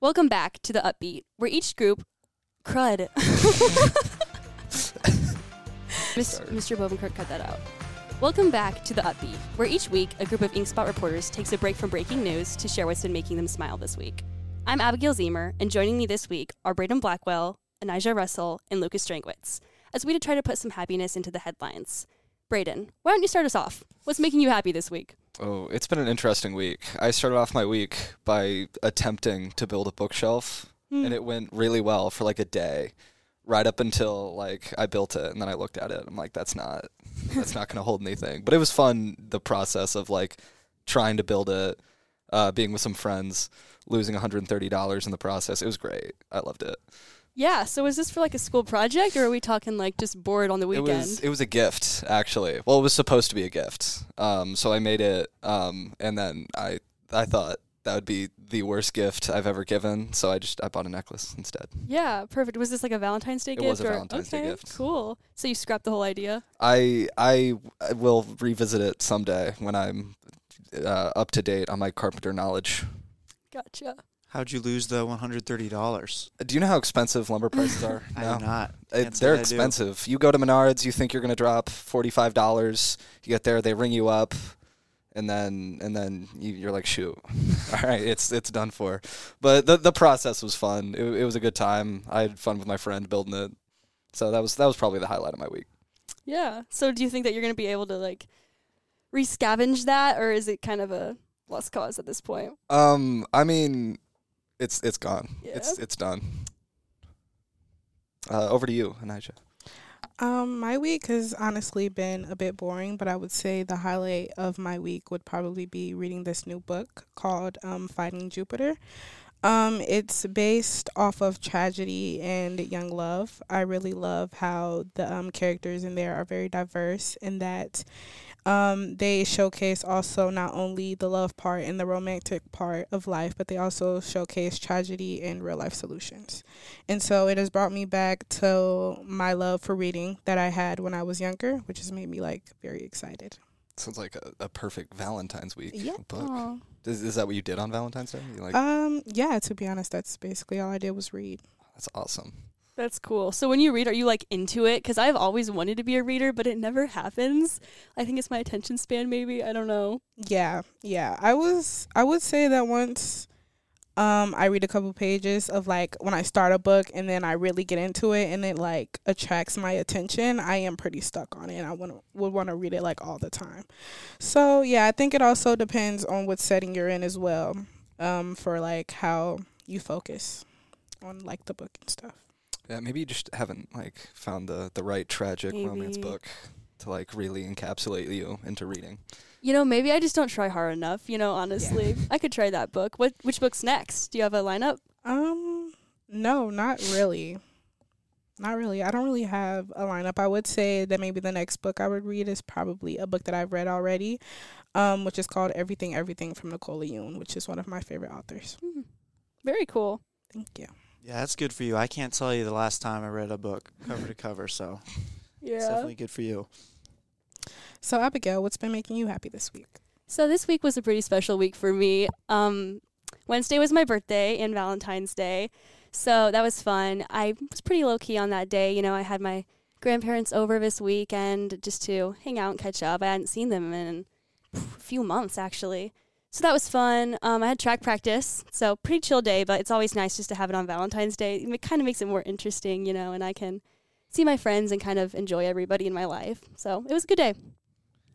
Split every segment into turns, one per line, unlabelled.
Welcome back to the Upbeat, where each group, crud. Mis-
Sorry.
Mr. Bovenkirk, cut that out. Welcome back to the Upbeat, where each week a group of Inkspot reporters takes a break from breaking news to share what's been making them smile this week. I'm Abigail Zemer, and joining me this week are Braden Blackwell, Anijah Russell, and Lucas Strangwitz, as we try to put some happiness into the headlines. Braden, why don't you start us off? What's making you happy this week?
Oh, it's been an interesting week. I started off my week by attempting to build a bookshelf,
Hmm.
and it went really well for like a day, right up until like I built it, and then I looked at it. And I'm like, that's not, that's not going to hold anything. But it was fun. The process of like trying to build it, uh, being with some friends, losing 130 dollars in the process. It was great. I loved it.
Yeah, so is this for like a school project or are we talking like just bored on the weekend?
It was it was a gift actually. Well, it was supposed to be a gift. Um, so I made it, um, and then I I thought that would be the worst gift I've ever given. So I just I bought a necklace instead.
yeah, perfect. Was this like a Valentine's Day
It
gift?
was a
or-
Valentine's Day
okay,
gift.
Cool. So you scrapped the whole idea?
I I I will revisit it someday when I'm uh, up to date on my carpenter knowledge.
Gotcha.
How'd you lose the one hundred thirty dollars?
Do you know how expensive lumber prices are?
I do not.
It,
Can't say
they're
I do.
expensive. You go to Menards, you think you're gonna drop forty five dollars. You get there, they ring you up, and then and then you, you're like, shoot, all right, it's it's done for. But the the process was fun. It, it was a good time. I had fun with my friend building it. So that was that was probably the highlight of my week.
Yeah. So do you think that you're going to be able to like rescavenge that or is it kind of a lost cause at this point?
Um, I mean, it's it's gone. It's
Yeah.
it's done. Uh, over to you, Anijah.
Um, my week has honestly been a bit boring, but I would say the highlight of my week would probably be reading this new book called um, Fighting Jupiter. Um, it's based off of tragedy and young love. I really love how the um, characters in there are very diverse in that um, they showcase also not only the love part and the romantic part of life, but they also showcase tragedy and real life solutions. And so it has brought me back to my love for reading that I had when I was younger, which has made me like very excited.
Sounds like a, a perfect Valentine's week
Yeah.
book. Is, is that what you did on Valentine's Day? You like
Um, yeah, to be honest, that's basically all I did was read.
that's awesome.
That's cool. So when you read, are you like into it? Because I've always wanted to be a reader, but it never happens. I think it's my attention span, maybe. I don't know.
Yeah, yeah. I was I would say that once um I read a couple pages of like when I start a book and then I really get into it and it like attracts my attention, I am pretty stuck on it and I want would want to read it like all the time. So, yeah, I think it also depends on what setting you're in as well. Um for like how you focus on like the book and stuff.
Yeah, maybe you just haven't like found the the right tragic romance
Maybe.
book to like really encapsulate you into reading.
You know, maybe I just don't try hard enough. You know, honestly, I could try that book. What? Which book's next? Do you have a lineup?
Um, no, not really. Not really. I don't really have a lineup. I would say that maybe the next book I would read is probably a book that I've read already, um, which is called Everything Everything from Nicola Yoon, which is one of my favorite authors.
Hmm. Very cool.
Thank you.
Yeah, that's good for you. I can't tell you the last time I read a book cover to cover, so it's
Yeah.
definitely good for you.
So Abigail, what's been making you happy this week?
So this week was a pretty special week for me. Um, Wednesday was my birthday and Valentine's Day, so that was fun. I was pretty low key on that day. You know, I had my grandparents over this weekend just to hang out and catch up. I hadn't seen them in a few months actually, so that was fun. Um, I had track practice, so pretty chill day, but it's always nice just to have it on Valentine's Day. It kind of makes it more interesting, you know, and I can see my friends and kind of enjoy everybody in my life. So it was a good day.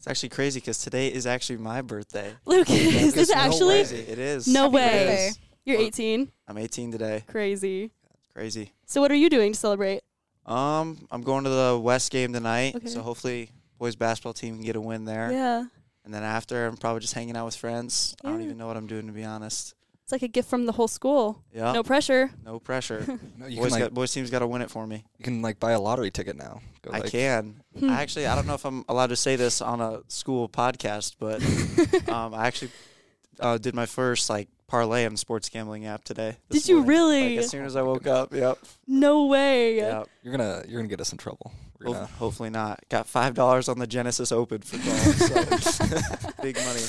It's actually crazy because today is actually my birthday.
Lucas, is
It's
this actually?
crazy. It is.
No
It
way.
is.
You're
Well-
18.
I'm 18 today.
Crazy.
Crazy.
So what are you doing to celebrate?
Um, I'm going to the West game tonight,
Okay.
so hopefully boys basketball team can get a win there.
Yeah.
And then after, I'm probably just hanging out with friends. I don't
Yeah.
even know what I'm doing to be honest.
It's like a gift from the whole school.
Yeah.
No pressure.
No pressure.
No, you
boys,
can like
got, boys team's got to win it for me.
you can like buy a lottery ticket now. Go,
I
like-
can.
Hmm.
I actually, I don't know if I'm allowed to say this on a school podcast, but um, I actually uh, did my first like parlay on sports gambling app today. this
Did you
morning.
really?
Like, as soon as I woke up. Yep.
no way.
Yep.
You're gonna you're gonna get us in trouble. We're
Ho-
gonna-
Hopefully not. Got five dollars on the Genesis Open for golf. so big money.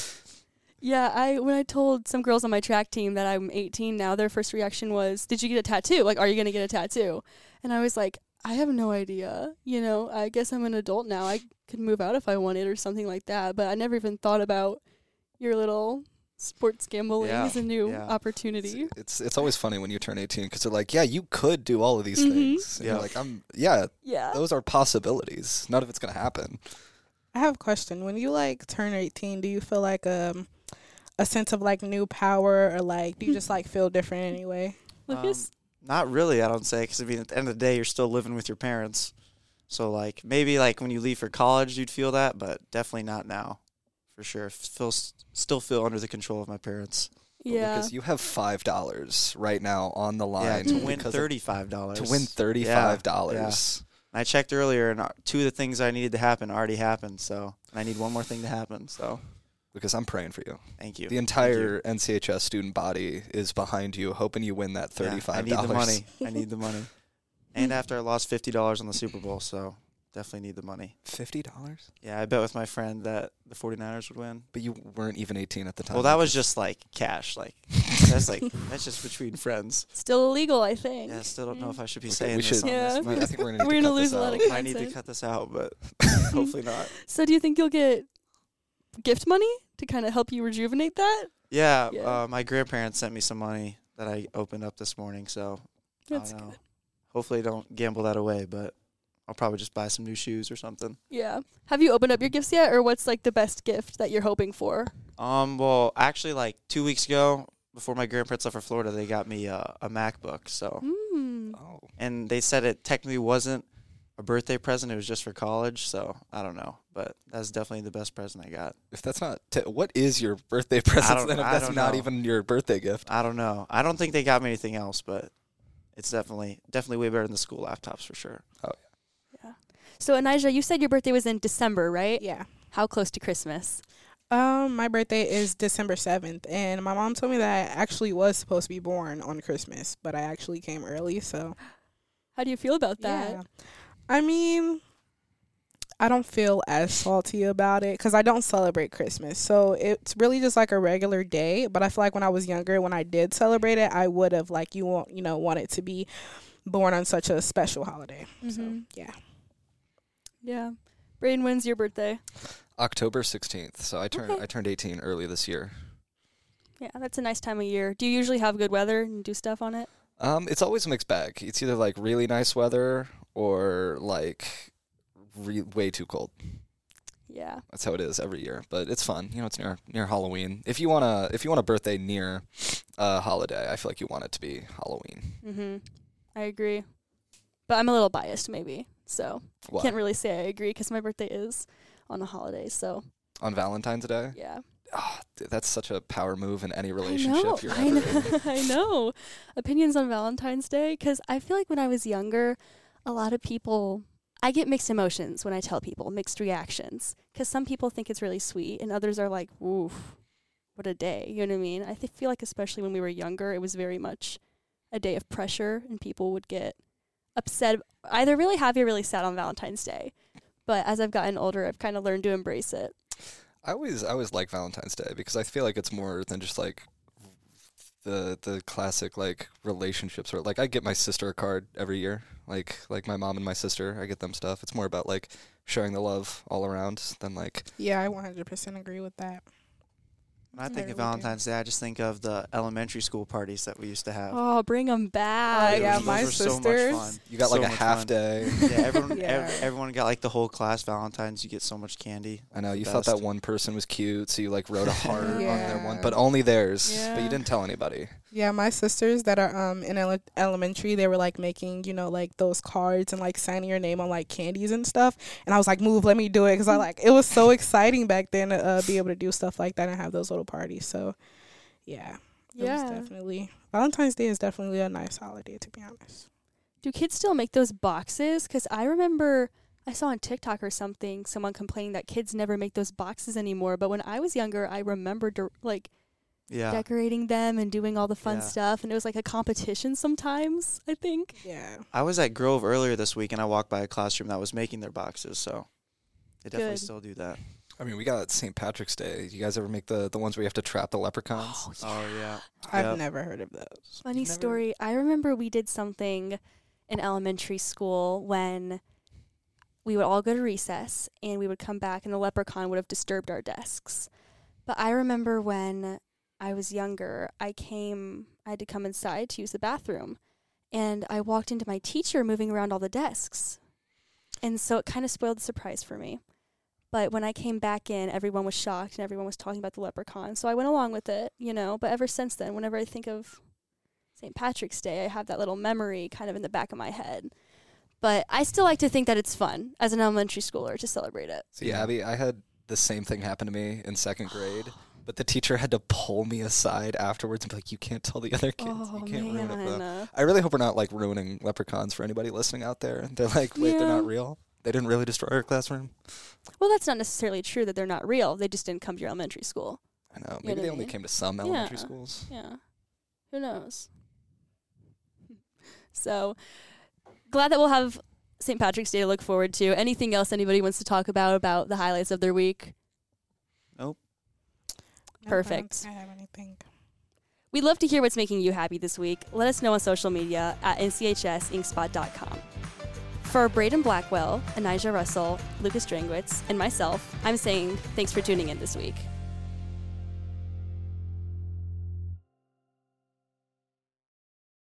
Yeah, I when I told some girls on my track team that I'm 18 now, their first reaction was, "Did you get a tattoo? Like, are you gonna get a tattoo?" And I was like, "I have no idea. You know, I guess I'm an adult now. I could move out if I wanted or something like that. But I never even thought about your little sports gambling
Yeah,
as a new
yeah.
opportunity.
It's, it's it's always funny when you turn 18 because they're like, yeah, you could do all of these
Mhm.
things. And
Yeah.
You're like, I'm yeah,
Yeah,
those are possibilities. None of it's gonna happen.
I have a question. When you like turn 18, do you feel like um a sense of like new power or like do you just like feel different anyway?
Lucas.
um, Not really, I don't say, because I mean, at the end of the day, you're still living with your parents. So like maybe like when you leave for college, you'd feel that, but definitely not now, for sure. Feel still feel under the control of my parents.
But
yeah,
Because you have five dollars right now on the
Yeah,
line
to win
because of-
thirty five dollars.
to win thirty five dollars.
I checked earlier, and uh, two of the things I needed to happen already happened. So and I need one more thing to happen. So
Because I'm praying for you.
thank you.
The entire NCHS student body is behind you, hoping you win that
Yeah,
thirty-five
I need
dollars.
the money. I need the money. and after I lost fifty dollars on the Super Bowl, so definitely need the money.
Fifty dollars,
Yeah, I bet with my friend that the 49ers would win.
but you weren't even eighteen at the time.
Well, that was just like cash. Like that's like that's just between friends.
still illegal, I think.
Yeah, I still don't know if I should be
Okay,
saying
we
this.
should-
on
Yeah.
this,
We- I
but
think we're gonna,
We're
need to
gonna
cut this
lose a lot
out.
of-
I need to cut this out, but hopefully not.
So, do you think you'll get gift money to kind of help you rejuvenate that?
Yeah,
Yeah.
Uh, my grandparents sent me some money that I opened up this morning, so
That's
I don't know.
good.
Hopefully, don't gamble that away, but I'll probably just buy some new shoes or something.
Yeah. Have you opened up your gifts yet, or what's like the best gift that you're hoping for?
Um, well, actually, like two weeks ago, before my grandparents left for Florida, they got me uh, a MacBook. So,
Mm.
Oh,
and they said it technically wasn't a birthday present; it was just for college. So I don't know, but that's definitely the best present I got.
if that's not t- what is your birthday present?
don't-
Then if
I
that's
don't
not
know.
even your birthday gift,
I don't know. I don't think they got me anything else, but it's definitely definitely way better than the school laptops for sure.
So, Anija, you said your birthday was in December, right?
Yeah.
How close to Christmas?
Um my birthday is December 7th and my mom told me that I actually was supposed to be born on Christmas, but I actually came early, so
How do you feel about that?
Yeah. I mean, I don't feel as salty about it because I don't celebrate Christmas. So it's really just like a regular day. But I feel like when I was younger, when I did celebrate it, I would have like you want you know wanted to be born on such a special holiday. So
Mhm.
yeah,
Yeah. Braden, when's your birthday?
October sixteenth. So I turned
Okay.
I turned eighteen early this year.
Yeah, that's a nice time of year. Do you usually have good weather and do stuff on it?
Um, it's always a mixed bag. It's either like really nice weather or like re- way too cold.
Yeah.
That's how it is every year, but it's fun. You know, it's near near Halloween. If you wanna, if you want a birthday near a holiday, I feel like you want it to be Halloween.
Mm-hmm. I agree. But I'm a little biased, maybe. So,
What
can't really say I agree because my birthday is on a holiday. So,
on Valentine's Day?
yeah.
Ah, th- that's such a power move in any
I
relationship
know,
you're
I
ever in.
know, I know. Opinions on Valentine's Day because I feel like when I was younger, a lot of people. I get mixed emotions when I tell people, mixed reactions, because some people think it's really sweet, and others are like, "Oof, what a day!" You know what I mean? I th- feel like especially when we were younger, it was very much a day of pressure, and people would get upset, either really happy or really sad on Valentine's Day. But as I've gotten older, I've kind of learned to embrace it.
I always I always like Valentine's Day because I feel like it's more than just like the the classic like relationships or like I get my sister a card every year. Like like my mom and my sister, I get them stuff. It's more about like sharing the love all around than like
yeah, I 100% agree with that.
When I
They
think of
really do.
Valentine's Day, I just think of the elementary school parties that we used to have.
Oh, bring 'em back!
yeah,
Those
my
were so much
sisters-
fun.
you got like
So
a
much
half
fun.
day.
Yeah, everyone,
Yeah.
ev- everyone got like the whole class Valentine's. You get so much candy.
I know
the
you thought that
best.
one person was cute, so you like wrote a heart on their one,
Yeah.
but only theirs. But
Yeah.
you didn't tell anybody.
Yeah, my sisters that are um in ele- elementary, they were like making you know like those cards and like signing your name on like candies and stuff. And I was like, move, let me do it because
Mm.
I like it was so exciting back then to uh, be able to do stuff like that and have those little parties. So, yeah, it was
yeah.
definitely Valentine's Day is definitely a nice holiday to be honest.
Do kids still make those boxes? Because I remember I saw on TikTok or something someone complaining that kids never make those boxes anymore. But when I was younger, I remember de- like
Yeah.
decorating them and doing all the fun
Yeah.
stuff, and it was like a competition sometimes. I think.
Yeah,
I was at Grove earlier this week and I walked by a classroom that was making their boxes. So they definitely
Good.
still do that.
I mean, we got St. Patrick's Day. You guys ever make the, the ones where you have to trap the leprechauns?
Oh yeah.
I've
Yep.
never heard of those.
Funny
Never-
story. I remember we did something in elementary school when we would all go to recess and we would come back and the leprechaun would have disturbed our desks. But I remember when I was younger, I came, I had to come inside to use the bathroom and I walked into my teacher moving around all the desks. And so it kind of spoiled the surprise for me. But when I came back in, everyone was shocked and everyone was talking about the leprechaun. So I went along with it, you know. But ever since then, whenever I think of St. Patrick's Day, I have that little memory kind of in the back of my head. But I still like to think that it's fun as an elementary schooler to celebrate it.
See, Abby, I had the same thing happen to me in second grade, but the teacher had to pull me aside afterwards and be like, "You can't tell the other kids.
Oh,
you can't ruin it for them."
uh,
I really hope we're not like ruining leprechauns for anybody listening out there. They're like, wait, they're
Yeah.
not real. They didn't really destroy our classroom.
Well, that's not necessarily true that they're not real. They just didn't come to your elementary school.
I know.
You know
Maybe
what
they
I
only
mean?
came to some elementary
Yeah.
schools.
Yeah. Who knows? So glad that we'll have St. Patrick's Day to look forward to. Anything else anybody wants to talk about about the highlights of their week?
Nope,
Perfect.
I don't think I have anything.
We'd love to hear what's making you happy this week. Let us know on social media at nchsinkspot.com. For Braden Blackwell, Anijah Russell, Lucas Drangwitz, and myself, I'm saying thanks for tuning in this week.